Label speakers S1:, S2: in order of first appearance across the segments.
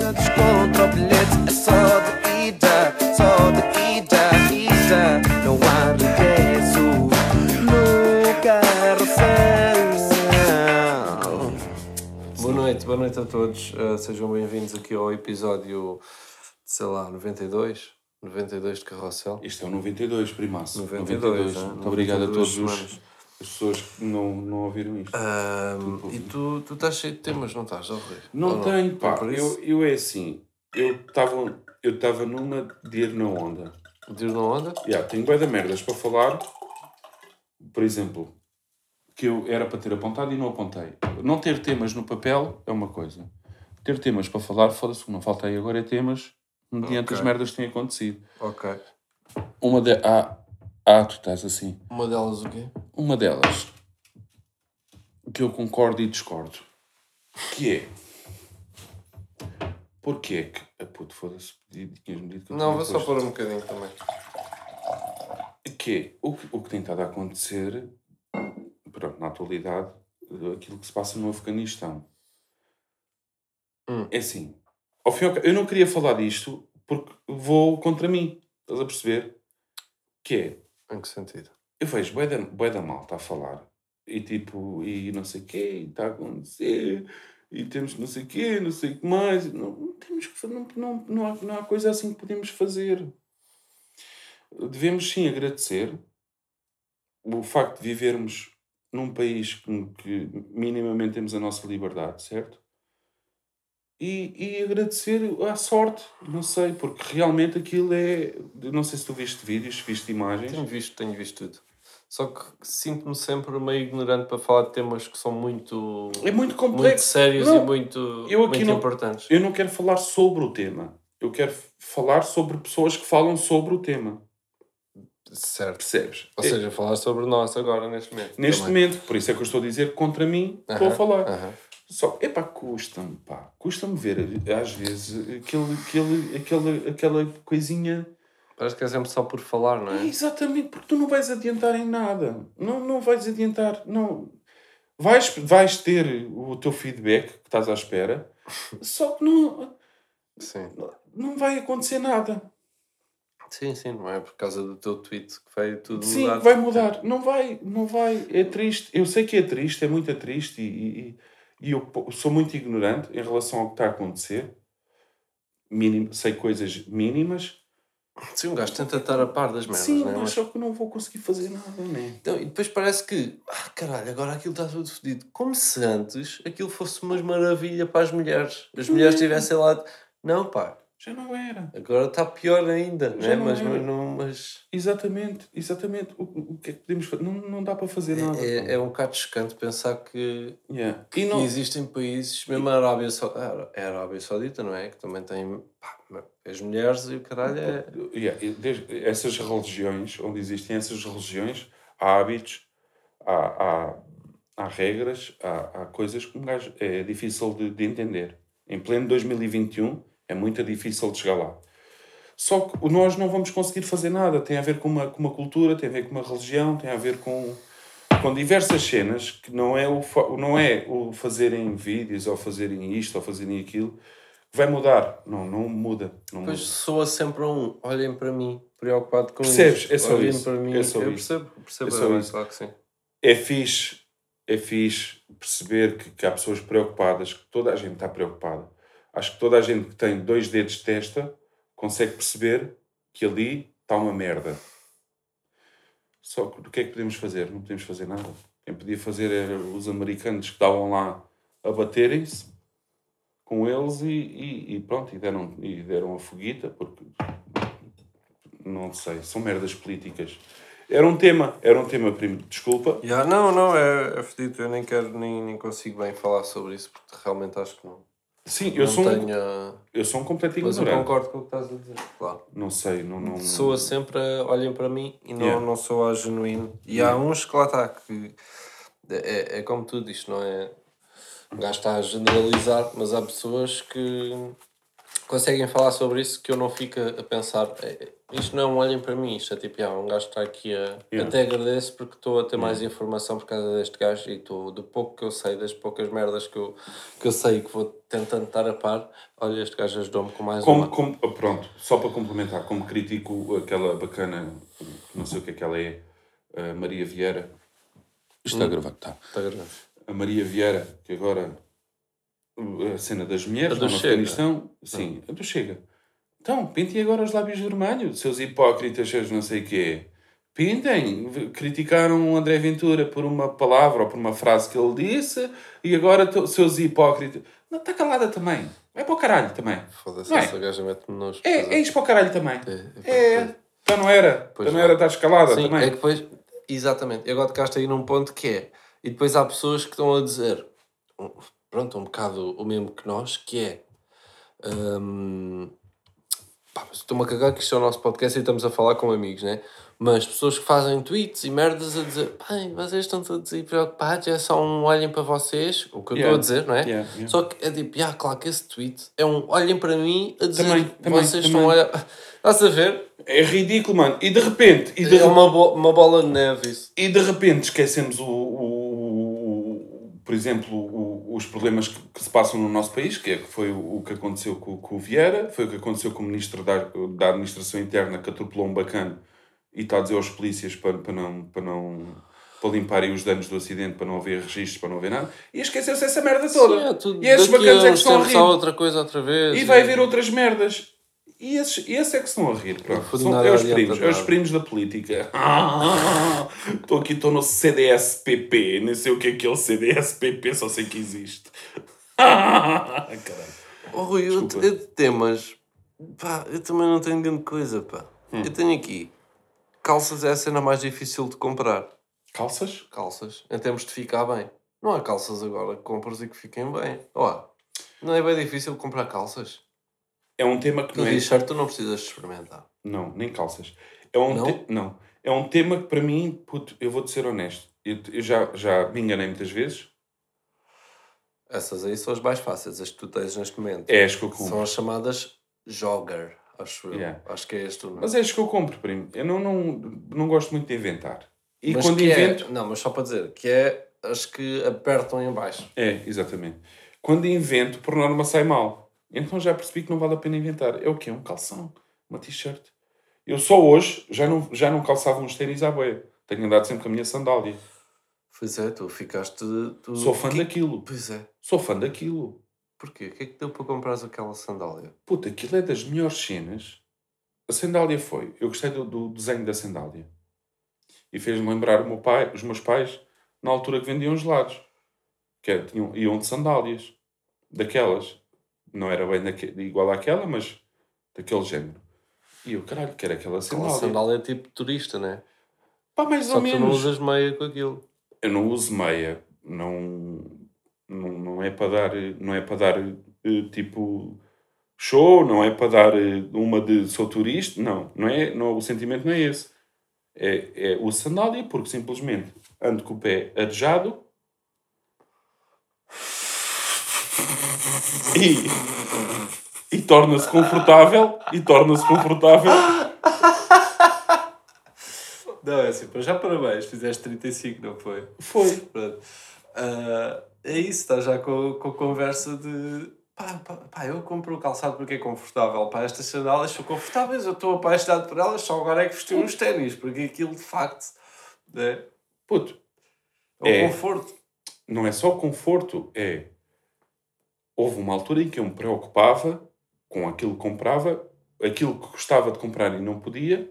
S1: da desconto, o bilhete é só de ida, só de ida, ida. Não há regresso no carrossel.
S2: Boa noite, boa noite a todos. Uh, sejam bem-vindos aqui ao episódio, sei lá, 92? 92 de Carrossel.
S3: Este é o 92, primaço.
S2: 92, né?
S3: Muito obrigado a
S2: 92
S3: todos os,
S2: semanas.
S3: as pessoas que não, não ouviram isto. Tipo,
S2: Ahm, e tu, tu estás cheio de temas, não estás, ó, Rui? Ou
S3: é não tenho, pá.
S2: É por isso?
S3: Eu, eu é assim. Eu estava eu tava numa de ir na onda.
S2: Diz na onda?
S3: Yeah, tenho bué da merdas para falar. Por exemplo, que eu era para ter apontado e não apontei. Não ter temas no papel é uma coisa. Ter temas para falar, foda-se, o que não falta aí agora é temas mediante
S2: Ok.
S3: as merdas que têm acontecido.
S2: Ok.
S3: Uma de... Ah, ah, tu estás assim.
S2: Uma delas o quê?
S3: Uma delas que eu concordo e discordo, que é porque é que a puto foda-se tinhas-me dito que eu
S2: Não,
S3: tinha
S2: vou só
S3: posto.
S2: pôr um bocadinho também.
S3: que é o que, o que tem estado a acontecer pronto, na atualidade eh, aquilo que se passa no Afeganistão
S2: Hum.
S3: é assim ao fim e ao ca- eu não queria falar disto porque vou contra mim estás a perceber que é
S2: Em que sentido?
S3: eu vejo bué da, bué da malta a falar e tipo, e não sei o quê, está a acontecer, e temos não sei o quê, não sei o que mais, não, não temos que fa- não, não, não, há, não há coisa assim que podemos fazer. Devemos sim agradecer o facto de vivermos num país com que minimamente temos a nossa liberdade, certo? E, e agradecer à sorte, não sei, porque realmente aquilo é. eu Não sei se tu viste vídeos, se viste imagens.
S2: Tenho visto, tenho visto tudo. Só que sinto-me sempre meio ignorante para falar de temas que são muito,
S3: É muito
S2: muito
S3: complexo.
S2: sérios
S3: Não,
S2: e muito,
S3: eu aqui
S2: muito
S3: não-
S2: importantes.
S3: Eu não quero falar sobre o tema. Eu quero f- falar sobre pessoas que falam sobre o tema.
S2: Certo.
S3: Percebes?
S2: Ou
S3: É-
S2: seja, falar sobre nós agora, neste momento.
S3: neste
S2: também.
S3: momento, por isso é que eu estou a dizer que contra mim, estou a
S2: Aham,
S3: falar.
S2: aham.
S3: Só, epá, custa-me, pá. Custa-me ver, às vezes, aquele, aquele, aquele, aquela coisinha.
S2: Parece que é sempre só por falar, não é?
S3: Exatamente, porque tu não vais adiantar em nada. Não, não vais adiantar. Não. Vais, vais ter o teu feedback que estás à espera, só que não,
S2: Sim.
S3: não vai acontecer nada.
S2: Sim, sim, não é por causa do teu tweet que vai tudo
S3: Sim,
S2: mudar.
S3: vai mudar. Não vai, não vai. É triste. Eu sei que é triste, é muito triste e, e, e eu po- sou muito ignorante em relação ao que está a acontecer. Minim, sei coisas mínimas.
S2: Sim, um gajo tenta estar a par das merdas,
S3: Sim,
S2: não é?
S3: mas
S2: Mas-
S3: só que não vou conseguir fazer nada, né?
S2: Então, e depois parece que, ah caralho, agora aquilo está tudo fodido. Como se antes aquilo fosse uma maravilha para as mulheres. As
S3: Não
S2: mulheres
S3: é.
S2: tivessem lá. de- Não, pá,
S3: Já não era.
S2: agora está pior ainda,
S3: Já
S2: né?
S3: não
S2: mas,
S3: é.
S2: mas não mas
S3: Exatamente, exatamente. O, o que é que podemos fazer? Não, não dá para fazer nada.
S2: é, é um bocado chocante pensar que,
S3: Yeah. E
S2: que
S3: não,
S2: existem países, mesmo a Arábia, Sau- a Ará- a Arábia Saudita, não é? Que também tem pá, as mulheres e o caralho é.
S3: Yeah, e desde- essas religiões, onde existem essas religiões, há hábitos, há, há, há regras, há, há coisas que um gajo é difícil de, de entender. Em pleno 2021 é muito difícil de chegar lá. Só que nós não vamos conseguir fazer nada. Tem a ver com uma, com uma cultura, tem a ver com uma religião, tem a ver com, com diversas cenas que não é, o, fa- não é o fazerem vídeos ou fazerem isto ou fazerem aquilo. Vai mudar. Não, não muda. Não
S2: Depois
S3: muda.
S2: soa sempre a um, olhem para mim, preocupado com
S3: Percebes?
S2: isto.
S3: É só
S2: olhem
S3: isso.
S2: para mim.
S3: É só
S2: eu
S3: isso.
S2: percebo, percebo
S3: É só
S2: bem,
S3: isso.
S2: claro que sim.
S3: é fixe, é fixe perceber que, que há pessoas preocupadas, que toda a gente está preocupada. Acho que toda a gente que tem dois dedos de testa consegue perceber que ali está uma merda. Só que o que é que podemos fazer? Não podemos fazer nada. Quem podia fazer era os americanos que estavam lá a baterem-se com eles e, e- e pronto, e deram, e deram a foguita, porque não sei, são merdas políticas. Era um tema, era um tema, primo, desculpa,
S2: Ya, não, não, é, é fedido. Eu nem quero, nem, nem consigo bem falar sobre isso porque realmente acho que não.
S3: Sim, eu
S2: não
S3: sou, um,
S2: tenho.
S3: eu sou um completo
S2: Mas eu
S3: ignorante.
S2: concordo com o que estás a dizer, claro.
S3: Não sei, não. não
S2: Soa sempre a olhem para mim e não,
S3: Yeah.
S2: não soa genuíno. E há uns que lá está, que é, é como tudo isto, não é? O gajo está a generalizar, mas há pessoas que conseguem falar sobre isso que eu não fico a pensar. "Eh, Isto não é um olhem para mim, isto é tipo, ah, um gajo está aqui a.
S3: Yeah.
S2: Até agradeço porque estou a ter mais informação por causa deste gajo e estou, do pouco que eu sei, das poucas merdas que eu, que eu sei e que vou tentando estar a par, olha, este gajo ajudou-me com mais
S3: Como,
S2: uma.
S3: como- pronto, só para complementar, como critico aquela bacana, não sei o que é que ela é, a Maria Vieira. Hum. Isto está a gravar, está.
S2: Está tá. grande.
S3: a Maria Vieira, que agora uh, a cena das mulheres
S2: A do
S3: lá no
S2: Chega. Tá.
S3: Afeganistão, sim, a do Chega. Então, pintem agora os lábios vermelhos, seus hipócritas, seus não sei quê. Pintem, V- criticaram o André Ventura por uma palavra ou por uma frase que ele disse e agora to- seus hipócritas. Não, está calada também. É para o caralho também.
S2: Foda-se,
S3: Não é?
S2: essa gaja mete-me nos.
S3: É, é isto para o caralho também.
S2: É, é,
S3: É, então não era.
S2: Pois
S3: Então não
S2: é.
S3: era, está escalada
S2: Sim,
S3: também.
S2: é que depois. Exatamente. E agora tocaste aí num ponto que é. E depois há pessoas que estão a dizer. um, Pronto, um bocado o mesmo que nós, que é. hum, pá, mas Estou-me a cagar que isto é o nosso podcast e estamos a falar com amigos, né? Mas pessoas que fazem tweets e merdas a dizer pai, vocês estão todos aí preocupados, é só um olhem para vocês, o que eu estou
S3: Yeah.
S2: a dizer, não é?
S3: Yeah, yeah.
S2: Só que é tipo, ah, claro que esse tweet é um olhem para mim a dizer
S3: Também, também,
S2: vocês
S3: também.
S2: estão a olhar. Estás a ver?
S3: É ridículo, mano. E de repente, e de
S2: É uma, bo- uma bola de neve isso.
S3: e de repente esquecemos o, o- o- por exemplo o- os problemas que, que se passam no nosso país que é que foi o, o que aconteceu com, com o Vieira foi o que aconteceu com o ministro da, da administração interna que atropelou um bacana e está a dizer aos polícias para, para não para não para limparem os danos do acidente para não haver registros para não haver nada e esqueceu-se essa merda toda
S2: Sim, é tudo-
S3: e esses
S2: daqui a
S3: bacanas é que
S2: uns
S3: estão a
S2: tempos
S3: rir
S2: há outra coisa outra vez.
S3: e vai haver outras merdas. E esses, e esses é que se estão a rir,
S2: Não
S3: pronto.
S2: foi
S3: São,
S2: nada
S3: é os
S2: adianta
S3: primos, é os
S2: nada.
S3: primos da política. Estou aqui, estou no CDSPP, nem sei o que é que é o CDSPP, só sei que existe. Caralho.
S2: Oh, Rui, eu, te-
S3: Desculpa.
S2: eu de temas. Pá, eu também não tenho grande coisa, pá. Eu tenho aqui. Calças é a cena mais difícil de comprar.
S3: Calças?
S2: Calças, em termos de ficar bem. Não há calças agora que compras e que fiquem bem. Ó, não é bem difícil comprar calças.
S3: É um tema que
S2: No
S3: não é.
S2: t-shirt tu não precisas de experimentar.
S3: Não, nem calças. É um
S2: Não?
S3: te- não. É um tema que para mim, puto, eu vou-te ser honesto. Eu, eu já, já me enganei muitas vezes.
S2: Essas aí são as mais fáceis, as que tu tens neste momento.
S3: É as que eu compro.
S2: São as chamadas jogger, acho eu.
S3: Yeah.
S2: Acho que é este o nome.
S3: Mas é as que eu compro, primo. Eu não, não, não gosto muito de inventar. E
S2: Mas
S3: quando
S2: que é-
S3: invento,
S2: não, mas só para dizer, que é as que apertam em baixo.
S3: É, exatamente. Quando invento, por norma sai mal. Então já percebi que não vale a pena inventar. É o quê? Um calção, uma t-shirt. Eu só hoje já não, já não calçava uns ténis à boia. Tenho andado sempre com a minha sandália.
S2: Pois é, tu ficaste... Tu...
S3: Sou fã
S2: que...
S3: daquilo.
S2: Pois é.
S3: Sou fã daquilo.
S2: Porquê? O que é que deu para comprares aquela sandália?
S3: Puta, aquilo é das melhores cenas. A sandália foi. Eu gostei do, do desenho da sandália. E fez-me lembrar o meu pai, os meus pais na altura que vendiam gelados. Que era, tinham, iam de sandálias. Daquelas. Não era bem daque, igual àquela, mas daquele género. E eu, caralho, que era aquela
S2: Aquela
S3: sandália.
S2: sandália é tipo turista, né?
S3: Pá, mais
S2: Só
S3: ou
S2: que tu não
S3: menos.
S2: usas meia com aquilo.
S3: Eu não uso meia. Não, não, não é para dar, eh, não é para dar eh, tipo show, não é para dar eh, uma de sou turista, não, não é, não, o sentimento não é esse. É, é o sandália porque simplesmente ando com o pé arejado e, e torna-se confortável e torna-se confortável
S2: Não, é assim, já parabéns, fizeste 35, não foi?
S3: foi
S2: Pronto. Ah, é isso, está já com, com a conversa de pá, pá, pá, eu compro o calçado porque é confortável. Pá, estas sandálias são confortáveis, eu estou apaixonado por elas, só agora é que vesti uns ténis, porque aquilo de facto né,
S3: puto
S2: é um
S3: É.
S2: conforto.
S3: não é só o conforto, é. Houve uma altura em que eu me preocupava com aquilo que comprava, aquilo que gostava de comprar e não podia,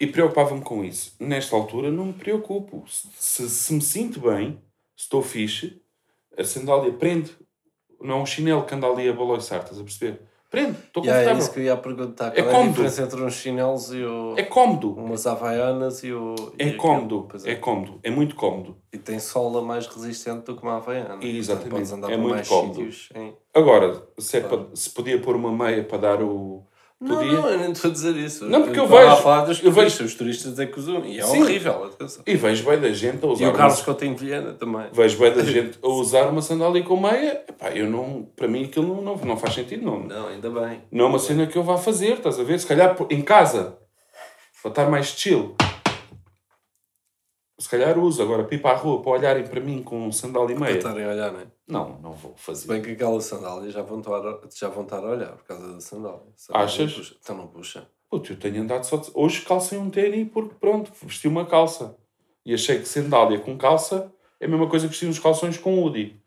S3: e preocupava-me com isso. Nesta altura não me preocupo. Se, se me sinto bem, se estou fixe, a sandália prende. Não é um chinelo que anda ali a balançar, estás a perceber? Prende, estou
S2: E é isso
S3: confortável.
S2: que eu ia perguntar:
S3: É
S2: qual é, a
S3: cómodo.
S2: diferença entre uns chinelos e o,
S3: É cómodo.
S2: umas havaianas e o. e
S3: É
S2: aquilo?
S3: cómodo.
S2: Pois
S3: É cómodo. É muito cómodo.
S2: E tem sola mais resistente do que uma havaiana. Portanto,
S3: Exatamente.
S2: Podes andar
S3: É
S2: por
S3: muito
S2: mais
S3: cómodo.
S2: sítios em-
S3: Agora, se, é pa- se podia pôr uma meia para dar o,
S2: Não,
S3: Podia.
S2: não, eu nem estou a dizer isso.
S3: Não, porque eu
S2: estava
S3: vejo-
S2: a falar dos
S3: eu vejo-
S2: turistas, os turistas é que usam. E é
S3: Sim.
S2: horrível, atenção.
S3: E vejo bem da gente a usar.
S2: E o
S3: uma-
S2: Carlos Coutinho de Viana também.
S3: Vejo bem da gente a usar uma sandália com meia. Epá, eu não. Para mim aquilo não, não, não faz sentido, não.
S2: Não, ainda bem.
S3: Não é uma cena que eu vá fazer, estás a ver? Se calhar por- em casa, para estar mais chill. Se calhar uso agora pipa à rua para olharem para mim com um sandália e
S2: Para
S3: meia.
S2: estarem a olhar, não é?
S3: Não, não vou
S2: Se
S3: fazer.
S2: bem que aquela sandália já vão, estar a, já vão estar a olhar por causa da sandália. Sandália
S3: Achas?
S2: Puxa. Então não puxa.
S3: Puto, eu tenho andado só de... Hoje calcei um tênis porque, pronto, vesti uma calça. E achei que sandália com calça é a mesma coisa que vestir uns calções com hoodie.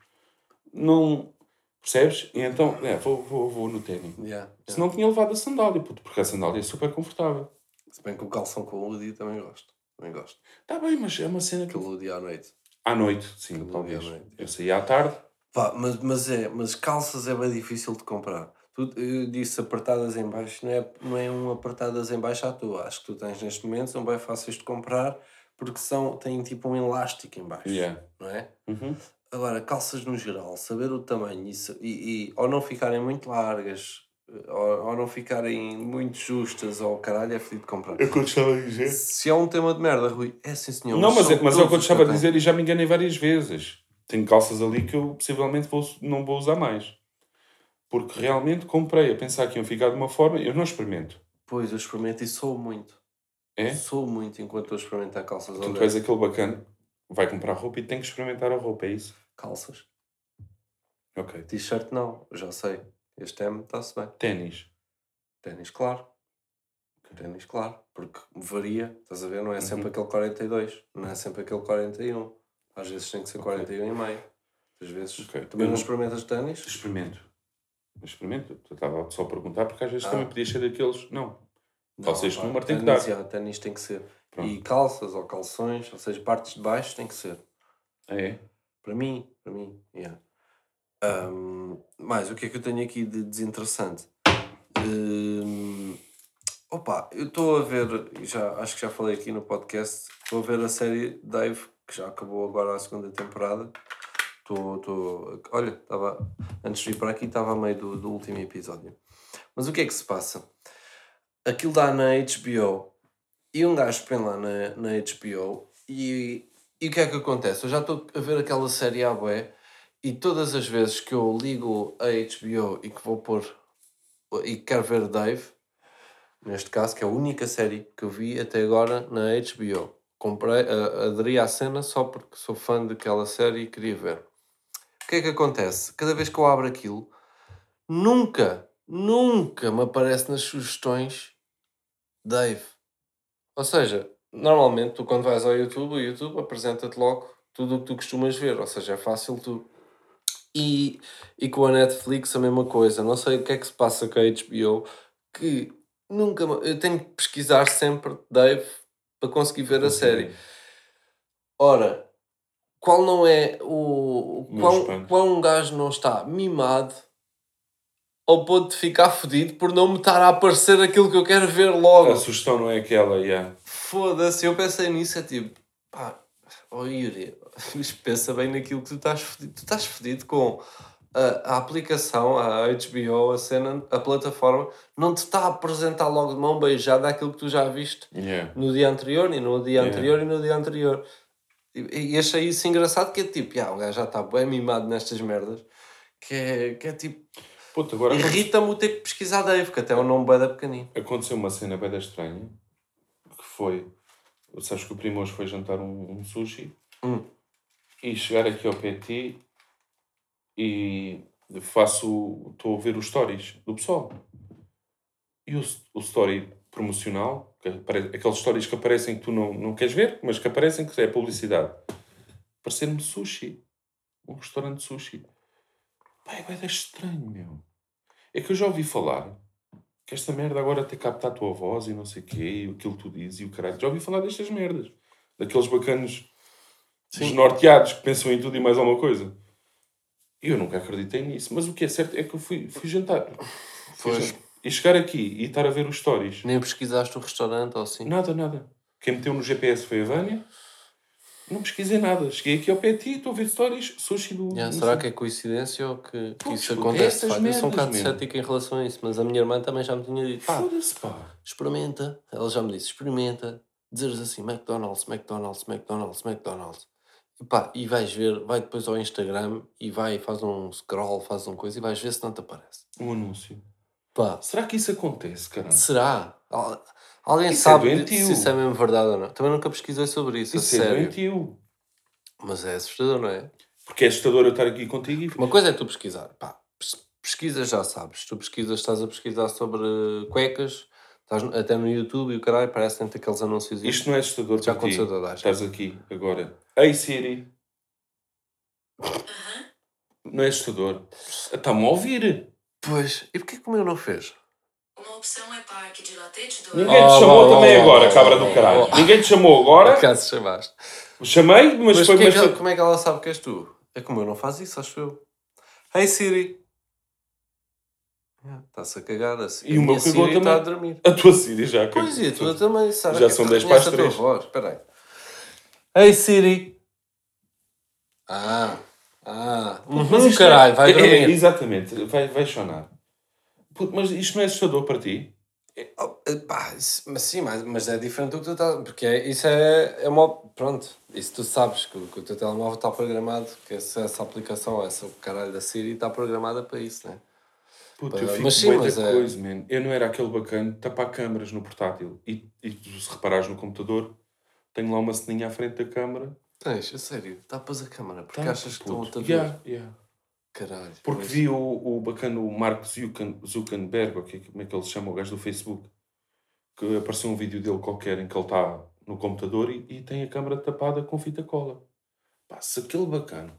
S3: Não... Percebes? E então, é, vou, vou, vou no tênis.
S2: Yeah, yeah.
S3: Se não tinha levado a sandália, puto, porque a sandália é super confortável.
S2: Se bem que o calção com o Ludi também gosto. Também gosto.
S3: Está bem, mas é uma cena que...
S2: Aquele Ludi à noite.
S3: À noite, sim,
S2: Aquele
S3: talvez.
S2: Ludi à noite.
S3: Eu saí à tarde.
S2: Pá, mas, mas, é, mas calças é bem difícil de comprar. Tu, eu disse apertadas em baixo, não é, não é um apertadas em baixo à toa. Acho que tu tens neste momento, são bem fáceis de comprar porque são, têm tipo um elástico em baixo,
S3: Yeah.
S2: não é?
S3: Uhum.
S2: Agora, calças no geral, saber o tamanho e, sa- e, e ou não ficarem muito largas eh, ou, ou não ficarem muito justas ou caralho, é fedido de comprar.
S3: É o que eu te estava a dizer.
S2: Se é um tema de merda, Rui, é sim senhor.
S3: Não, mas, é-
S2: são
S3: mas é o que eu
S2: todos
S3: te
S2: os
S3: estava a
S2: tenho.
S3: dizer e já me enganei várias vezes. Tenho calças ali que eu possivelmente vou, não vou usar mais. Porque realmente comprei a pensar que iam ficar de uma forma, eu não experimento.
S2: Pois, eu experimento e sou muito.
S3: É? Então
S2: Sou muito enquanto estou a experimentar calças ao
S3: Tu
S2: léu.
S3: és aquele bacana, vai comprar roupa e tem que experimentar a roupa, é isso?
S2: Calças.
S3: Ok.
S2: T-shirt não, eu já sei. Este M está-se bem.
S3: Ténis.
S2: Ténis claro. Ténis claro. Porque varia, estás a ver? Não é sempre
S3: Uhum.
S2: aquele 42, não é sempre aquele 41. Às vezes tem que ser 41 e meio. Às vezes.
S3: Ok.
S2: Também
S3: Eu
S2: não
S3: não-
S2: experimentas ténis?
S3: Experimento. Experimento. Eu estava só a perguntar porque às vezes
S2: Ah.
S3: também podia ser daqueles. Não. Calças
S2: pá,
S3: de número tem que
S2: ténis,
S3: dar.
S2: já, Ténis tem que ser.
S3: Pronto.
S2: E calças ou calções, ou seja, partes de baixo tem que ser.
S3: É.
S2: Para mim, para mim, yeah. Ahm, mais, o que é que eu tenho aqui de desinteressante? Hum, opa, eu estou a ver, já, acho que já falei aqui no podcast, estou a ver a série Dave, que já acabou agora a segunda temporada. Estou, estou, olha, estava, antes de vir para aqui estava a meio do, do último episódio. Mas o que é que se passa? Aquilo dá na HBO e um gajo põe lá na, na HBO e e o que é que acontece? Eu já estou a ver aquela série à bué e todas as vezes que eu ligo a HBO e que vou pôr e que quero ver Dave, neste caso, que é a única série que eu vi até agora na HBO. Comprei, a- aderi à cena só porque sou fã daquela série e queria ver. O que é que acontece? Cada vez que eu abro aquilo, nunca, nunca me aparece nas sugestões Dave. Ou seja, normalmente tu quando vais ao YouTube, o YouTube apresenta-te logo tudo o que tu costumas ver, ou seja, é fácil tu. E, e com a Netflix a mesma coisa. Não sei o que é que se passa com a HBO que nunca. me- Eu tenho que pesquisar sempre Dave para conseguir ver
S3: Uhum.
S2: a série. Ora, qual não é o.
S3: Meu
S2: Qual,
S3: espanto.
S2: qual um gajo não está mimado ao ponto de ficar fodido por não me estar a aparecer aquilo que eu quero ver logo?
S3: A sugestão não é aquela, yeah.
S2: Foda-se, eu pensei nisso, é tipo, pá, ó Yuri, mas pensa bem naquilo que tu estás fodido. Tu estás fodido com a, a aplicação, a HBO, a cena, a plataforma, não te está a apresentar logo de mão beijada aquilo que tu já viste
S3: Yeah.
S2: no dia anterior e no dia
S3: Yeah.
S2: anterior e no dia anterior. E, e achei isso engraçado que é tipo, ah, o gajo já está bem mimado nestas merdas. Que é, que é tipo,
S3: Puto, agora
S2: irrita-me o ter que pesquisar Dave, que até é um nome bué da pequenino.
S3: aconteceu uma cena bem estranha que foi sabes que o primo hoje foi jantar um, um sushi
S2: Hum.
S3: e chegar aqui ao PT e faço estou a ouvir os stories do pessoal e o, s- o story promocional que apare, aqueles stories que aparecem que tu não, não queres ver mas que aparecem que é publicidade parecer-me sushi um restaurante de sushi pai é bué estranho meu é que eu já ouvi falar que esta merda agora tem que captar a tua voz e não sei o quê, e aquilo que tu dizes e o caralho. Já ouvi falar destas merdas. Daqueles bacanos
S2: Sim.
S3: desnorteados que pensam em tudo e mais alguma coisa. E Eu nunca acreditei nisso. Mas o que é certo é que eu fui, fui jantar. Fui
S2: Pois.
S3: jantar. E chegar aqui e estar a ver os stories.
S2: Nem pesquisaste o restaurante ou assim.
S3: Nada, nada. Quem meteu no GPS foi a Vânia. Não pesquisei nada. Cheguei aqui ao pé de ti, estou a ver stories, sushi do.
S2: Yeah,
S3: do-
S2: será que é coincidência ou que, que
S3: Pois,
S2: isso
S3: puto,
S2: acontece? pá?
S3: essas
S2: eu sou um
S3: merdas,
S2: bocado
S3: meu.
S2: cético em relação a isso, mas a minha irmã também já me tinha dito: pá,
S3: Foda-se, pá.
S2: experimenta. Ela já me disse: experimenta. Dizeres assim: McDonald's, McDonald's, McDonald's, McDonald's. E, pá, e vais ver, vai depois ao Instagram e vai, faz um scroll, faz uma coisa e vais ver se não te aparece.
S3: Um anúncio.
S2: Pá,
S3: Será que isso acontece, caralho?
S2: será? Al- Alguém
S3: Isso é
S2: sabe de-
S3: doentio.
S2: se isso é mesmo verdade ou não? Também nunca pesquisei sobre isso,
S3: Isso
S2: a
S3: é
S2: sério.
S3: doentio.
S2: Mas é assustador, não é?
S3: Porque é assustador eu estar aqui contigo e.
S2: Uma coisa é tu pesquisar, pá, pes- pesquisas já sabes, tu pesquisas, estás a pesquisar sobre cuecas, estás no- até no YouTube e o caralho, parecem-te aqueles anúncios.
S3: Isto não é assustador
S2: já
S3: para ti.
S2: aconteceu toda a gente.
S3: Estás aqui agora. Ei Siri. Não é assustador. Está-me a ouvir.
S2: Pois, e porquê que o meu não fez?
S4: Uma opção é parque de latte de
S3: Ninguém
S2: Oh,
S3: te chamou
S2: oh,
S3: também
S2: oh,
S3: agora,
S2: oh,
S3: cabra
S4: oh,
S3: do caralho.
S2: oh.
S3: Ninguém te chamou
S2: Por
S3: agora.
S2: acaso chamaste.
S3: Chamei, mas,
S2: Mas,
S3: foi.
S2: porquê
S3: Mas
S2: que ela-
S3: foi...
S2: como é que ela sabe que és tu? É como eu não faz isso, acho eu. Hey Siri! Ah, Está-se a cagar assim.
S3: E o meu cagou
S2: Siri está a
S3: também.
S2: dormir.
S3: A tua Siri já. que-
S2: Pois é, tu também, Sara.
S3: Já
S2: que
S3: são
S2: tu
S3: 10 para as
S2: reconheces a tua
S3: três.
S2: voz, Espera aí. Ei, Siri. Ah, ah.
S3: Mas
S2: Uhum,
S3: isto
S2: caralho, vai
S3: é- é- é,
S2: dormir.
S3: exatamente, vai, vai chonar. Puto, mas isto não é assustador para ti?
S2: Oh, eh, pá, isso- mas sim, mas, mas é diferente do que tu estás... Porque é- isso é, é uma... Pronto, isso tu sabes que, o- que o teu telemóvel está programado, que essa, essa aplicação, essa caralho da Siri está programada para isso, né?
S3: Puto,
S2: Pá,
S3: eu fico
S2: mas sim,
S3: bué da
S2: mas é-
S3: coisa, man. Eu não era aquele bacana de tapar câmaras no portátil. E, e tu, se reparares no computador, tenho lá uma ceninha à frente da câmara.
S2: Tens, a sério, tapas a câmara, porque
S3: Tá,
S2: achas que
S3: puto.
S2: estão a ver.
S3: Yeah, yeah.
S2: Caralho.
S3: Porque
S2: pois.
S3: vi o, o bacana, o Mark Zucken- Zuckerberg, ou que- como é que ele se chama, o gajo do Facebook, que apareceu um vídeo dele qualquer em que ele está no computador e, e tem a câmara tapada com fita cola. Pá, se aquele bacana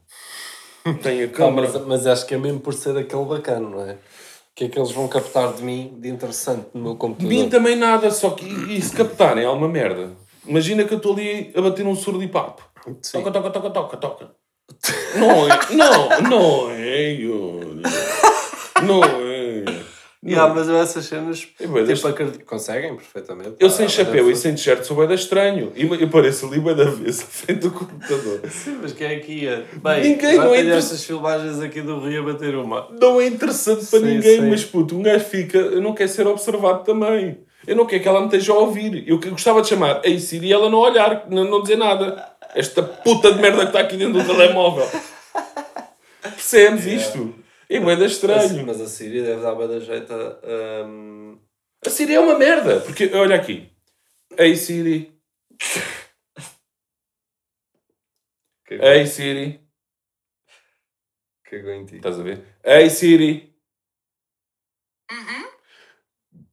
S3: tem a
S2: Não,
S3: câmara...
S2: mas, mas acho que é mesmo por ser aquele bacana, não é? O que é que eles vão captar de mim de interessante no meu
S3: De mim
S2: computador?
S3: também nada, só que e, e se captarem é uma merda. Imagina que eu estou ali a bater um surdipapo.
S2: Sim.
S3: Toca, toca, toca, toca, toca. Não é, não, não é, olha. Não é.
S2: Yeah, mas essas cenas
S3: É bué
S2: tipo,
S3: deste-
S2: acredito- conseguem perfeitamente.
S3: Eu
S2: Ah,
S3: sem
S2: mas
S3: chapéu
S2: é
S3: e sem t-shirt sou bué da estranho. E eu pareço ali bué da vez à frente do computador.
S2: Sim, mas quem é que ia? Bem,
S3: Ninguém
S2: já
S3: não
S2: tenho
S3: entra-
S2: estas filmagens aqui do Rio a bater uma.
S3: Não é interessante para
S2: Sim,
S3: ninguém,
S2: sim.
S3: mas puto, um gajo fica, eu não quero ser observado também. Eu não quero que ela me esteja a ouvir. Eu que- gostava de chamar a Siri e ela não olhar, não, não dizer nada. Esta puta de merda que está aqui dentro do telemóvel. Percebes isto? É moeda estranho.
S2: Assim, Mas a Siri deve dar bué da jeito a... hum,
S3: A Siri é uma merda, porque olha aqui. Ei Siri,
S2: cagou-
S3: ei Siri,
S2: Cagou em ti.
S3: estás a ver? Ei Siri,
S4: Uhum.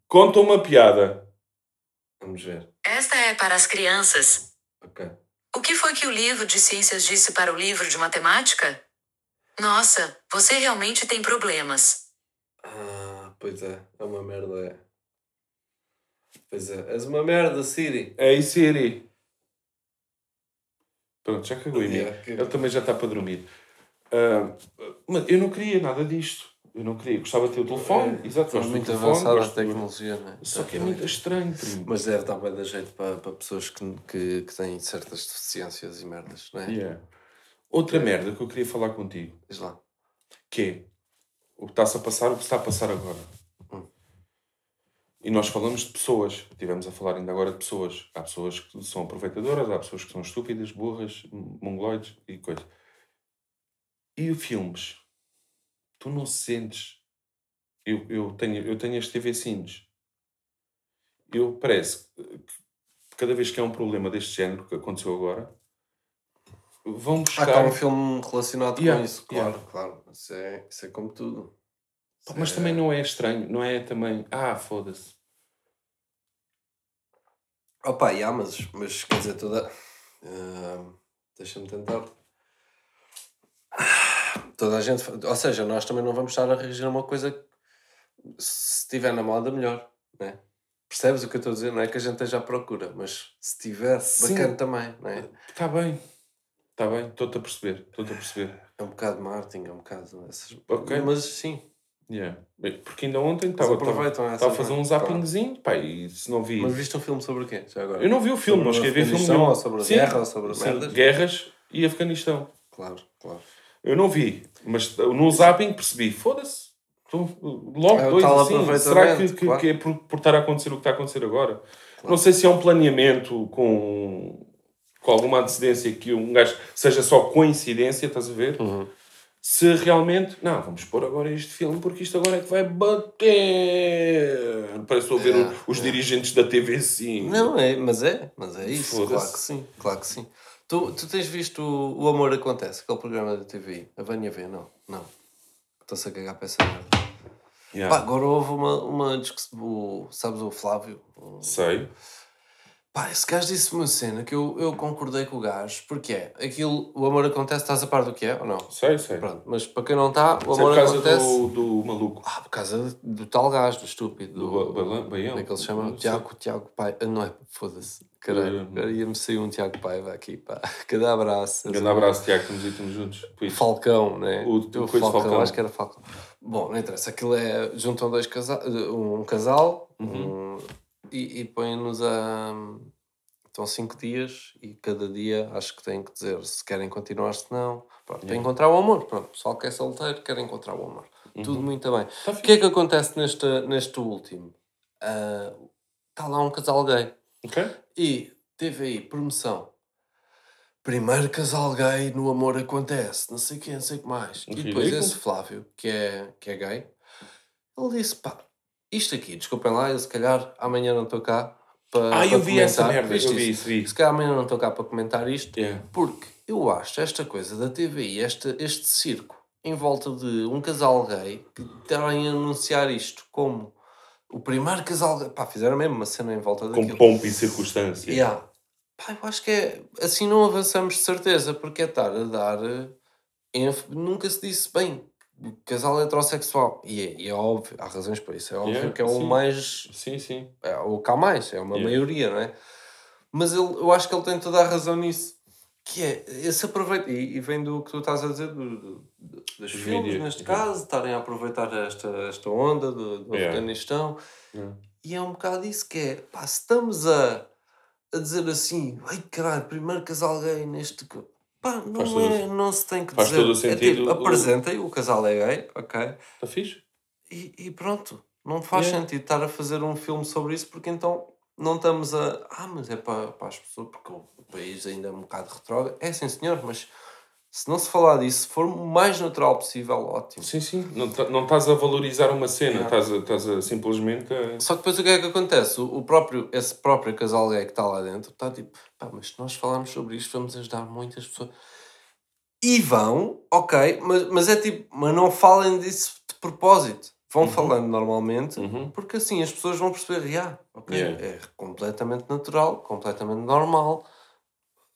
S3: conta uma piada.
S2: Vamos ver.
S4: Esta é para as crianças.
S2: Ok.
S4: O que foi que o livro de ciências disse para o livro de matemática? Nossa, você realmente tem problemas.
S2: Ah, pois é. É uma merda, é. Pois é. És uma merda, Siri.
S3: Ei Siri. Pronto, já cagou em mim.
S2: Yeah, cagou.
S3: Ele também já está para dormir. Ah, mas eu não queria nada disto. Eu não queria. Gostava de ter o telefone. Exato,
S2: Estás
S3: gosto do
S2: É. muito
S3: telefone.
S2: avançada a
S3: gosto do-
S2: tecnologia, não é?
S3: Só que é muito estranho. primo.
S2: Mas deve dar bem da jeito para, para pessoas que, que, que têm certas deficiências e merdas, não é?
S3: Yeah. Outra merda que eu queria falar contigo.
S2: Diz lá.
S3: que é o que está-se a passar, o que se está a passar agora. E nós falamos de pessoas, tivemos a falar ainda agora de pessoas. Há pessoas que são aproveitadoras, há pessoas que são estúpidas, burras, m- mongoloides e coisa. E os filmes? Tu não sentes. Eu, eu, tenho, eu tenho as TV Cines. Eu parece que que cada vez que há um problema deste género que aconteceu agora, vão
S2: Ah,
S3: buscar.
S2: está um filme relacionado
S3: Yeah,
S2: com isso, claro,
S3: yeah.
S2: claro. Isso é, isso é como tudo.
S3: Pá,
S2: Isso
S3: Mas
S2: é-
S3: também não é estranho, não é também. Ah, foda-se.
S2: Opa, yeah, mas, mas quer dizer, toda. Ah, Deixa-me tentar. Toda a gente. fa- Ou seja, nós também não vamos estar a reagir a uma coisa que, se estiver na moda, melhor, né? Percebes o que eu estou a dizer? Não é que a gente esteja à procura, mas se tiver,
S3: Sim.
S2: bacana também, não é?
S3: Está Tá bem, tá está bem, estou-te a perceber, estou-te a perceber.
S2: É um bocado marketing, é um bocado essas.
S3: Ok.
S2: Mas sim,
S3: Yeah. Bem, Porque ainda ontem
S2: Mas
S3: estava
S2: aproveitam
S3: estava-
S2: essa,
S3: estava a fazer
S2: não é?
S3: um zappingzinho, pá, e se não vi.
S2: Mas viste um filme sobre o quê? Já agora?
S3: Eu não vi o filme, não
S2: Sobre
S3: cheguei a ver filme
S2: Afeganistão,
S3: nenhum.
S2: ou sobre a
S3: Sim,
S2: guerra, ou sobre
S3: sim,
S2: merdas?
S3: guerras e Afeganistão.
S2: Claro, claro.
S3: Eu não vi, mas no zapping percebi, foda-se. tu- Logo
S2: É o
S3: dois
S2: tal
S3: assim,
S2: aproveitamento,
S3: será que, que-
S2: claro.
S3: que é por, por estar a acontecer o que está a acontecer agora? Não sei se é um planeamento com, com alguma antecedência que um gajo seja só coincidência, estás a ver?
S2: Uhum.
S3: Se realmente, não, vamos pôr agora este filme porque isto agora é que vai bater. Parece que estou a ver o- os dirigentes da TV5.
S2: É, Não, é, mas é, mas é isso,
S3: Foda-se.
S2: claro que sim, claro que sim. Tu, tu tens visto o, o Amor Acontece, aquele programa da TV, a Vânia vê, não, não. Estou-se a cagar para essa merda.
S3: Yeah,
S2: Pá, agora houve uma, uma discussão, o- sabes o Flávio? O-
S3: Sei.
S2: Pá, esse gajo disse uma cena que eu, eu concordei com o gajo, porque é, aquilo, o Amor Acontece, estás a par do que é, ou não?
S3: Sei, sei.
S2: Pronto, mas para quem não está, o
S3: Isso é por
S2: Amor
S3: causa
S2: Acontece...
S3: do, do maluco.
S2: Ah, por causa do tal gajo, do estúpido.
S3: Do Ba- Balan- Baião?
S2: Como é que ele se
S3: Não
S2: chama?
S3: sei.
S2: Tiago, Tiago Pai. ah, Não é, foda-se. Caralho,
S3: Eh,
S2: agora ia-me sair um Tiago Paiva aqui, pá. Cada abraço. assim,
S3: Grande abraço, Tiago, estamos aí, estamos juntos. Pois.
S2: Falcão, né?
S3: O-
S2: Teu
S3: coisa de
S2: Falcão,
S3: Falcão.
S2: acho que era Falcão. Bom, não interessa. Aquilo é. Juntam dois casal, um casal
S3: Uhum.
S2: um- e, e põem-nos a. Estão cinco dias e cada dia acho que têm que dizer se querem continuar, se não. Pronto, para encontrar o amor. Pronto, o pessoal que é solteiro quer encontrar o amor. Tudo muito bem.
S3: Tá
S2: o que é que acontece neste, neste último? Ah, Está lá um casal gay.
S3: Ok?
S2: E teve aí promoção. Primeiro casal gay no amor acontece, não sei o que, não sei o que mais. E
S3: Ridículo.
S2: depois esse Flávio, que é, que é gay, ele disse: pá, isto aqui, desculpem lá, eu se calhar amanhã não estou cá para.
S3: Ah,
S2: para
S3: eu vi essa
S2: comentar."
S3: merda,
S2: Viste
S3: eu vi
S2: isso?
S3: isso, É. vi.
S2: Se calhar amanhã não estou cá para comentar isto,
S3: Yeah.
S2: porque eu acho esta coisa da TVI, este, este circo em volta de um casal gay que estarem a anunciar isto como o primeiro casal gay. Pá, fizeram mesmo uma cena em volta daquilo.
S3: Com pompa e circunstância.
S2: Yeah. Pá, eu acho que é. Assim não avançamos de certeza, porque é estar a dar. eh, ênf- Nunca se disse bem. Casal heterossexual. E é, e é óbvio, há razões para isso. É óbvio
S3: Yeah,
S2: que é o
S3: sim.
S2: mais.
S3: Sim, sim.
S2: É o que há mais, é uma
S3: Yeah.
S2: maioria, não é? Mas ele, eu acho que ele tem toda a razão nisso. Que é, esse aproveita. E, e vem do que tu estás a dizer, do, do- do- dos
S3: Dos
S2: filmes,
S3: vídeos,
S2: neste
S3: yeah.
S2: caso, estarem a aproveitar esta, esta onda do, do
S3: Yeah.
S2: Afeganistão.
S3: Yeah.
S2: E é um bocado isso que é, pá, se estamos a, a dizer assim, ai caralho, primeiro casal gay neste. co-", Pá, não
S3: Faz todo
S2: é, não se tem que
S3: faz
S2: dizer.
S3: todo o
S2: é
S3: sentido
S2: tipo,
S3: o-
S2: apresentem, o casal é gay, ok,
S3: Está Tá fixe?
S2: e, e pronto. Não faz
S3: Yeah.
S2: sentido estar a fazer um filme sobre isso, porque então não estamos a. Ah, mas é para, para as pessoas, porque o país ainda é um bocado retrógrado. É sim, senhor, mas se não se falar disso, se for o mais neutral possível, ótimo.
S3: Sim, sim. Não tá- não estás a valorizar uma cena, estás a, estás a simplesmente a.
S2: Só que depois o que é que acontece? O, o próprio, esse próprio casal gay que está lá dentro está tipo, pá, mas se nós falarmos sobre isto, vamos ajudar muitas pessoas. E vão, ok, mas, mas é tipo, mas não falem disso de propósito. Vão falando normalmente,
S3: Uhum.
S2: porque assim as pessoas vão perceber, "Ya, ok,
S3: Yeah.
S2: é completamente natural, completamente normal.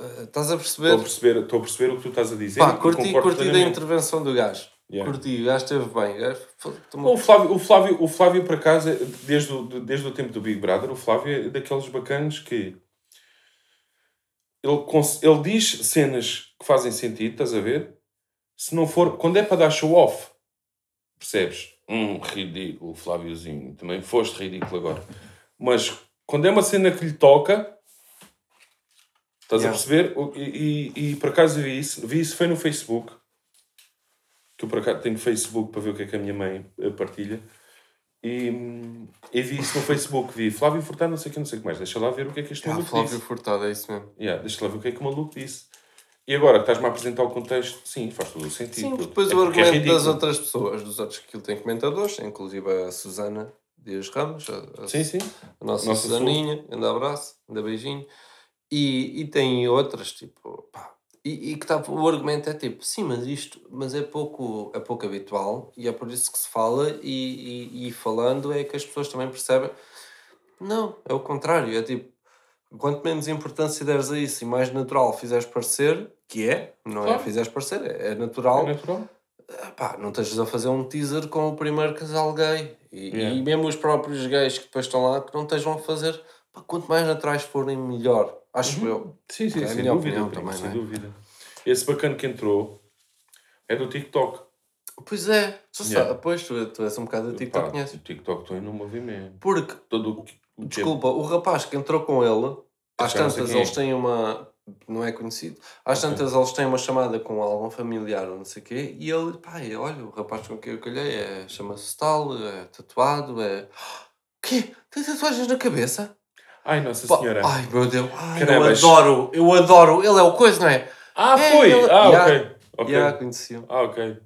S2: Eh, estás a
S3: Estou a
S2: perceber?
S3: perceber, estou a perceber o que tu estás a dizer.
S2: Pá,
S3: e
S2: curti,
S3: concordo
S2: curti da
S3: plenamente.
S2: intervenção do gajo.
S3: Yeah.
S2: Curti, o gajo esteve bem. Eh, O gajo, foi- tomou-
S3: O Flávio, o, Flávio, o Flávio, por acaso, desde o, desde o tempo do Big Brother, o Flávio é daqueles bacanas que. Ele, cons- ele diz cenas que fazem sentido, estás a ver? Se não for. Quando é para dar show off, percebes? Hum, ridículo, Fláviozinho. Também foste ridículo agora. Mas quando é uma cena que lhe toca. Estás
S2: Yeah.
S3: a perceber? O- E, e, e por acaso vi isso. Vi isso, foi no Facebook que eu por acaso tenho Facebook para ver o que é que a minha mãe eh, partilha. E, hum, e vi isso no Facebook, vi Flávio Furtado, não sei o que, não sei o que mais. Deixa lá ver o que é que este
S2: Ah,
S3: maluco
S2: Flávio
S3: disse.
S2: Furtado, é isso mesmo.
S3: Yeah, deixa lá ver o que é que o maluco disse. E agora, que estás-me a apresentar o contexto, sim, faz todo o sentido.
S2: Sim, porque depois
S3: É
S2: o
S3: porque é
S2: argumento das
S3: ridículo.
S2: outras pessoas, dos outros que ele tem comentadores, inclusive a Susana Dias Ramos, a, a-
S3: Sim, sim.
S2: a nossa,
S3: Nossa
S2: Susaninha, anda abraço, anda beijinho, e, e tem outras, tipo, pá, e, e que tá, o argumento é tipo, sim, mas isto mas é, pouco, é pouco habitual e é por isso que se fala, e, e, e falando é que as pessoas também percebem. Não, é o contrário, é tipo, quanto menos importância deres a isso e mais natural fizeres parecer, que é, não é
S3: Claro.
S2: fizeres parecer, é, é
S3: É
S2: natural
S3: natural.
S2: pá, não estejas a fazer um teaser com o primeiro casal gay. E,
S3: Yeah.
S2: e mesmo os próprios gays que depois estão lá, que não estejam a fazer. Pá, quanto mais atrás forem, melhor. Acho
S3: Uhum.
S2: eu.
S3: Sim, sim,
S2: É a
S3: sem
S2: minha
S3: dúvida,
S2: opinião
S3: primo,
S2: também,
S3: sem
S2: não é?
S3: dúvida. Esse bacana que entrou é do TikTok.
S2: Pois é, tu
S3: Yeah.
S2: sa- pois tu, tu és um bocado do TikTok,
S3: Pá, Tipo-
S2: conheces?
S3: O TikTok estou no movimento.
S2: Porque,
S3: Todo o que- o tempo.
S2: desculpa, o rapaz que entrou com ele, às
S3: Já não sei
S2: tantas
S3: quem é.
S2: eles têm uma. Não é conhecido. Às
S3: Ok.
S2: tantas eles têm uma chamada com algum familiar ou não sei o quê, e ele, pá, e olha, o rapaz com quem eu calhei é, chama-se tal, é tatuado, é. Quê? Tem tatuagens na cabeça?
S3: Ai, Nossa
S2: Pá,
S3: Senhora.
S2: Ai meu Deus, ai, eu
S3: Carabas.
S2: adoro, eu adoro, ele é o coisa, não é?
S3: ah,
S2: é,
S3: foi!
S2: ele-
S3: Ah,
S2: Yeah.
S3: ok. ok.
S2: Yeah, conheci-o.
S3: Ah, ok.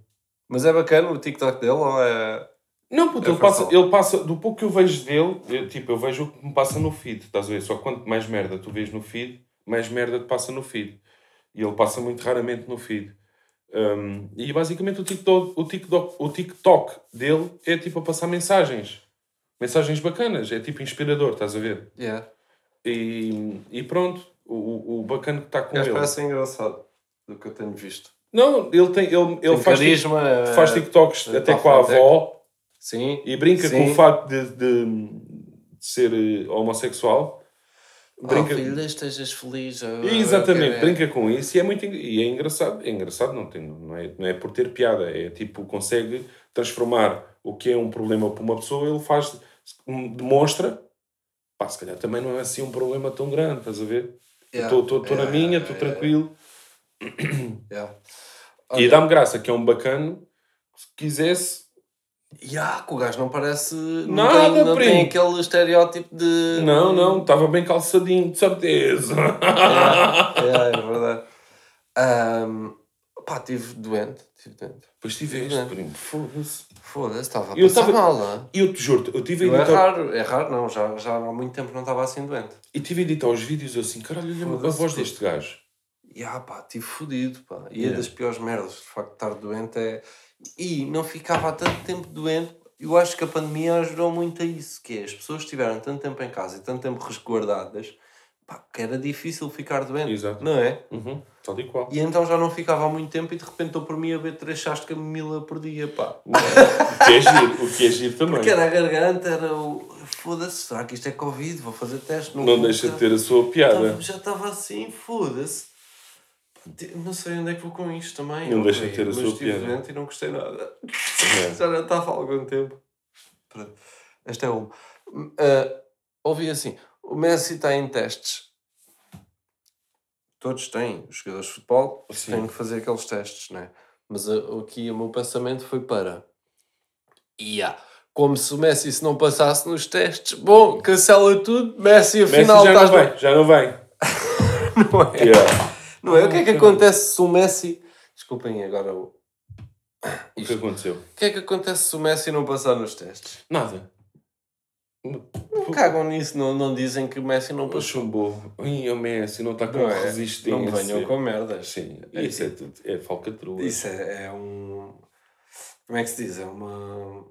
S2: Mas é bacana o TikTok dele ou é.
S3: Não, puto,
S2: É
S3: ele passa,
S2: fácil.
S3: ele passa. Do pouco que eu vejo dele, eu, tipo, eu vejo o que me passa no feed, estás a ver? Só que quanto mais merda tu vês no feed, mais merda te passa no feed. E ele passa muito raramente no feed. Um, e basicamente o TikTok, o, TikTok, o TikTok dele é tipo a passar mensagens. Mensagens bacanas, é tipo inspirador, estás a ver?
S2: Yeah.
S3: E, e pronto, o, o- o bacana que está com
S2: Mas
S3: ele.
S2: parece engraçado do que eu tenho visto.
S3: Não, ele tem. Ele, ele
S2: Tem
S3: faz, tic-
S2: carisma, é-
S3: faz TikToks
S2: é,
S3: até
S2: tá
S3: com a
S2: forte, é.
S3: avó.
S2: Sim.
S3: e brinca
S2: Sim.
S3: com o facto de, de- de ser eh, homossexual. Brinca...
S2: Oh, filha, estejas feliz. ah,
S3: Exatamente,
S2: quero-
S3: brinca com isso e é muito en- e é engraçado. É engraçado, não, tem, não, é, não é por ter piada, é tipo, consegue transformar o que é um problema para uma pessoa, ele faz, um, demonstra. Pá, se calhar também não é assim um problema tão grande, estás a ver?
S2: Yeah,
S3: Estou na
S2: yeah, yeah,
S3: minha, estou
S2: yeah,
S3: tranquilo.
S2: yeah.
S3: E
S2: Olha.
S3: dá-me graça, que é um bacano. Se quisesse,
S2: Yeah, que o gajo não parece. Não
S3: Nada,
S2: tem, não tem
S3: primo.
S2: aquele estereótipo de.
S3: não, não, estava bem calçadinho, de certeza.
S2: Yeah, yeah, é verdade. Ahm, pá, estive doente. Tive doente.
S3: Pois tiveste,
S2: Não. é?
S3: primo, foda-se.
S2: Foda-se, estava a
S3: Eu
S2: passar
S3: tava-
S2: mal. ah.
S3: Eu te juro, eu tive a
S2: Eu é
S3: editar,
S2: raro, é raro, não. Já, já há muito tempo não estava assim doente.
S3: e tive a editar os vídeos eu assim, caralho, olha a
S2: Foda-se,
S3: voz
S2: puto.
S3: deste gajo.
S2: E ah, pá, estive fodido, pá. E é
S3: Yeah.
S2: das piores merdas, de facto, estar doente é. E não ficava há tanto tempo doente. Eu acho que a pandemia ajudou muito a isso, que é as pessoas tiveram tanto tempo em casa e tanto tempo resguardadas, pá, que era difícil ficar doente,
S3: Exato.
S2: não é?
S3: Uhum, tal e qual.
S2: E então já não ficava há muito tempo e de repente estou por mim a ver 3 chás de camomila por dia, pá.
S3: o que é giro, o que é giro também.
S2: Porque era a garganta, era o. Foda-se, será que isto é Covid? Vou fazer teste.
S3: Não
S2: vou,
S3: deixa de
S2: cara.
S3: ter a sua piada.
S2: Tava- já estava assim, foda-se. Pá, te- Não sei onde é que vou com isto também.
S3: Não
S2: ó,
S3: deixa
S2: peraí,
S3: ter a
S2: mas
S3: sua
S2: estive
S3: piada.
S2: doente e não gostei nada.
S3: É.
S2: Já não estava há algum tempo. Pronto. Esta é uma. Ah, ouvi assim: o Messi está em testes. Todos têm, os jogadores de futebol
S3: Sim.
S2: têm que fazer aqueles testes, né? Mas ah, aqui o meu pensamento foi para. Yeah. Como se o Messi se não passasse nos testes, bom, cancela tudo, Messi
S3: Messi
S2: afinal
S3: já não
S2: estás no-
S3: vai, já não vai.
S2: Não é?
S3: Yeah.
S2: Não é? O que é que
S3: Caralho.
S2: acontece se o Messi. Desculpem agora o.
S3: O que aconteceu?
S2: O que é que acontece se o Messi não passar nos testes?
S3: Nada.
S2: Não cagam nisso, não, não dizem que o Messi não
S3: O
S2: passou.
S3: chumbou. Ih, o Messi não está com
S2: Não é?
S3: resistência.
S2: Não me venham com merdas.
S3: Sim, isso é tudo. É falcatrua.
S2: Isso é, é um. Como é que se diz? É uma.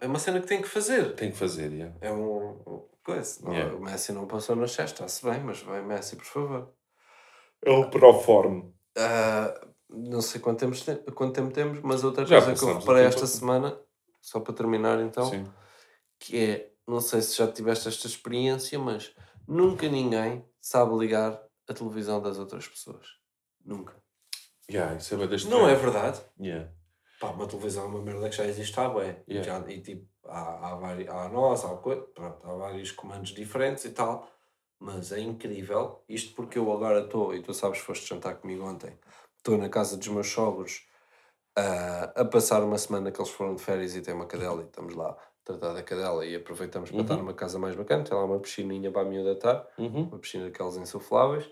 S2: É uma cena que tem que fazer.
S3: Tem que fazer, yeah.
S2: É um. Coisa. Não,
S3: Yeah.
S2: O Messi não passou nos testes, está-se bem, mas vai Messi, por favor.
S3: É o proforme.
S2: Ah, não sei quanto, temos, te- quanto tempo temos, mas outra
S3: Já
S2: coisa que eu
S3: passamos o
S2: reparei
S3: tempo.
S2: esta semana, só para terminar então.
S3: Sim.
S2: que é, não sei se já tiveste esta experiência, mas nunca ninguém sabe ligar a televisão das outras pessoas. Nunca.
S3: Yeah, isso é bué da
S2: Não é
S3: estranho.
S2: verdade?
S3: Yeah.
S2: Pá, uma televisão é uma merda que já existe há bem.
S3: Yeah.
S2: Já, e tipo, há, há, vari- há a nossa, há, coi- pronto, há vários comandos diferentes e tal. Mas é incrível. Isto porque eu agora estou, e tu sabes, foste jantar comigo ontem, estou na casa dos meus sogros ah, a passar uma semana que eles foram de férias e tem uma cadela e estamos lá a tratar da cadela e aproveitamos para
S3: Uhum.
S2: estar numa casa mais bacana. Tem lá uma piscininha para a miúda estar
S3: Uhum.
S2: uma piscina daquelas insufláveis.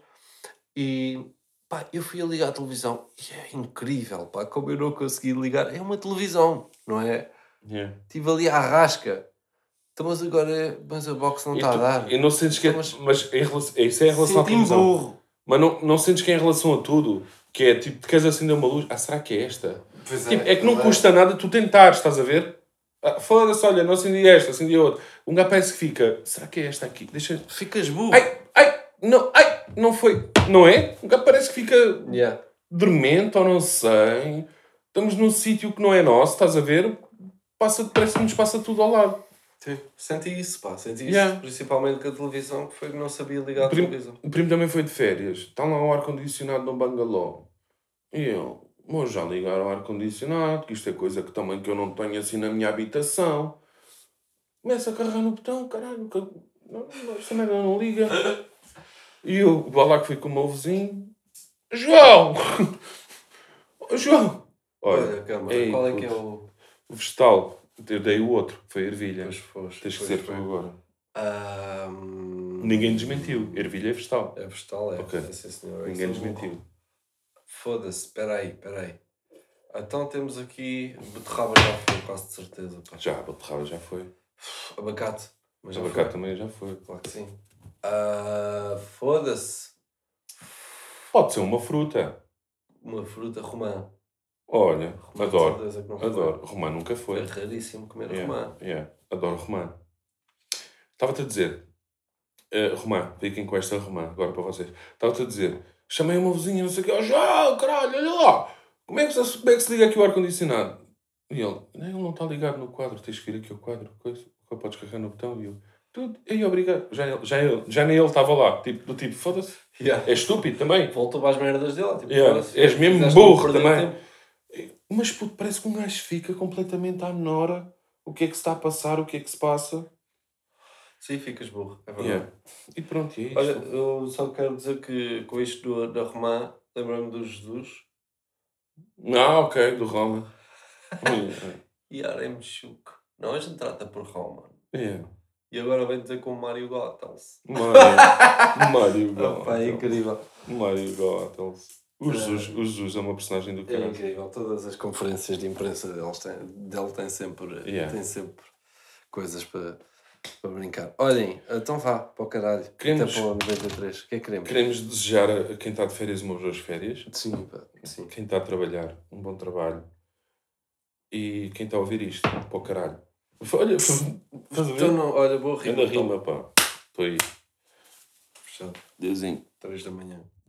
S2: E pá, eu fui a ligar a televisão e é incrível, pá, como eu não consegui ligar. É uma televisão, não é?
S3: Yeah.
S2: Estive ali à rasca. Então, mas agora, mas a box não
S3: E
S2: está a
S3: tu-
S2: dar.
S3: E não sentes que. é-
S2: Então, mas-
S3: Mas, em relação, é isso é em relação à
S2: Senti-me
S3: televisão.
S2: burro.
S3: Mas não, não sentes que é em relação a tudo. Que é tipo, tu queres acender uma luz. Ah, será que é esta?
S2: Pois
S3: Tipo, é que não
S2: verdade.
S3: custa nada tu tentares, estás a ver? Ah, Foda-se, olha, não acendi esta, acendi a outra. Um gajo parece que fica. Será que é esta aqui? Deixa.
S2: Ficas burro.
S3: Ai, ai, não, ai, não foi. Não é? Um gajo parece que fica
S2: Yeah.
S3: dormente ou não sei. Estamos num sítio que não é nosso, estás a ver? Passa, parece que nos passa tudo ao lado.
S2: Sim, Senti isso, pá, senti
S3: Yeah.
S2: isso. Principalmente com a televisão, que foi que não sabia ligar a
S3: Prim-
S2: televisão.
S3: um O primo também foi de férias. Está lá o ar-condicionado no bangalô. E eu, Mas já ligaram o ar-condicionado, que isto é coisa que também que eu não tenho assim na minha habitação. Começa a carregar no botão, caralho, que- não, não, esta merda não liga. E eu, vá lá que fui com o meu vizinho. João! Ô, João!
S1: Olha, câmara,
S3: ei,
S1: qual é que é
S3: puto,
S1: o.
S3: o vegetal? Eu dei o outro, que foi a ervilha.
S1: Pois, pois,
S3: Tens que
S1: pois,
S3: ser tu
S1: pois.
S3: agora.
S1: Ahm,
S3: Ninguém desmentiu. Ervilha é vegetal.
S1: É postal, é.
S3: Ok.
S1: é sim, senhor. É que
S3: Ninguém
S1: sou burro.
S3: desmentiu.
S1: Foda-se, espera aí, espera aí. Então temos aqui beterraba já foi, quase de certeza. pá.
S3: Já, a beterraba já foi.
S1: Abacate. Mas
S3: Mas
S1: já
S3: abacate
S1: foi.
S3: também já foi.
S1: Claro que sim. Ah, Foda-se.
S3: Pode ser uma fruta.
S1: Uma fruta romã.
S3: Olha,
S1: Romã, de
S3: adoro.
S1: certeza que não foi.
S3: Adoro. Romã nunca foi.
S1: É raríssimo comer
S3: Yeah,
S1: romã.
S3: yeah. Adoro romã. Estava-te a dizer, eh, romã, fiquem com esta romã agora para vocês. Estava-te a dizer, chamei uma vizinha, não sei o quê, ó João, caralho, olha lá, como é que se, como é que se liga aqui o ar-condicionado? E ele, "Não, ele não está ligado no quadro, tens que vir aqui ao quadro, coisa, coisa, podes carregar no botão e eu, tudo, aí obrigado. Já, ele- já, ele- já nem ele estava lá, tipo, do tipo, foda-se, é estúpido também.
S1: Voltou para as merdas dele. Tipo,
S3: Yeah,
S1: foda-se,
S3: és mesmo
S1: fizeste-me
S3: burro
S1: perder
S3: também.
S1: tempo.
S3: Mas puto, parece que um gajo fica completamente à nora, o que é que se está a passar, o que é que se passa.
S1: Sim, ficas burro. É verdade.
S3: Yeah. E pronto, e é isto.
S1: Olha, eu só quero dizer que com isto do- da romã, lembrei-me do Jesus.
S3: Ah, ok, do Roma.
S1: e Aremchuk. Não, a gente trata por Roma.
S3: yeah.
S1: E agora vem dizer com o Mário Gothels.
S3: Mário, Mário Gothels.
S1: é incrível.
S3: Mário Gothels. O Jesus, o Jesus é uma personagem do
S1: É
S3: caralho.
S1: incrível. Todas as conferências de imprensa deles têm, dele têm sempre,
S3: Yeah.
S1: têm sempre coisas para, para brincar. Olhem, então vá para o caralho.
S3: Queremos-
S1: Até para o 93. O que é que queremos?
S3: Queremos desejar a a quem está de férias umas boas férias.
S1: Sim, pá. Sim.
S3: Quem está a trabalhar, um bom trabalho. E quem está a ouvir isto, para o caralho. F- Olha, f- estás a
S1: Então,
S3: ver?
S1: não, olha, boa rima.
S3: Anda
S1: então.
S3: rima, pá. Estou aí.
S1: Fechado.
S3: Deusinho.
S1: 3 da manhã.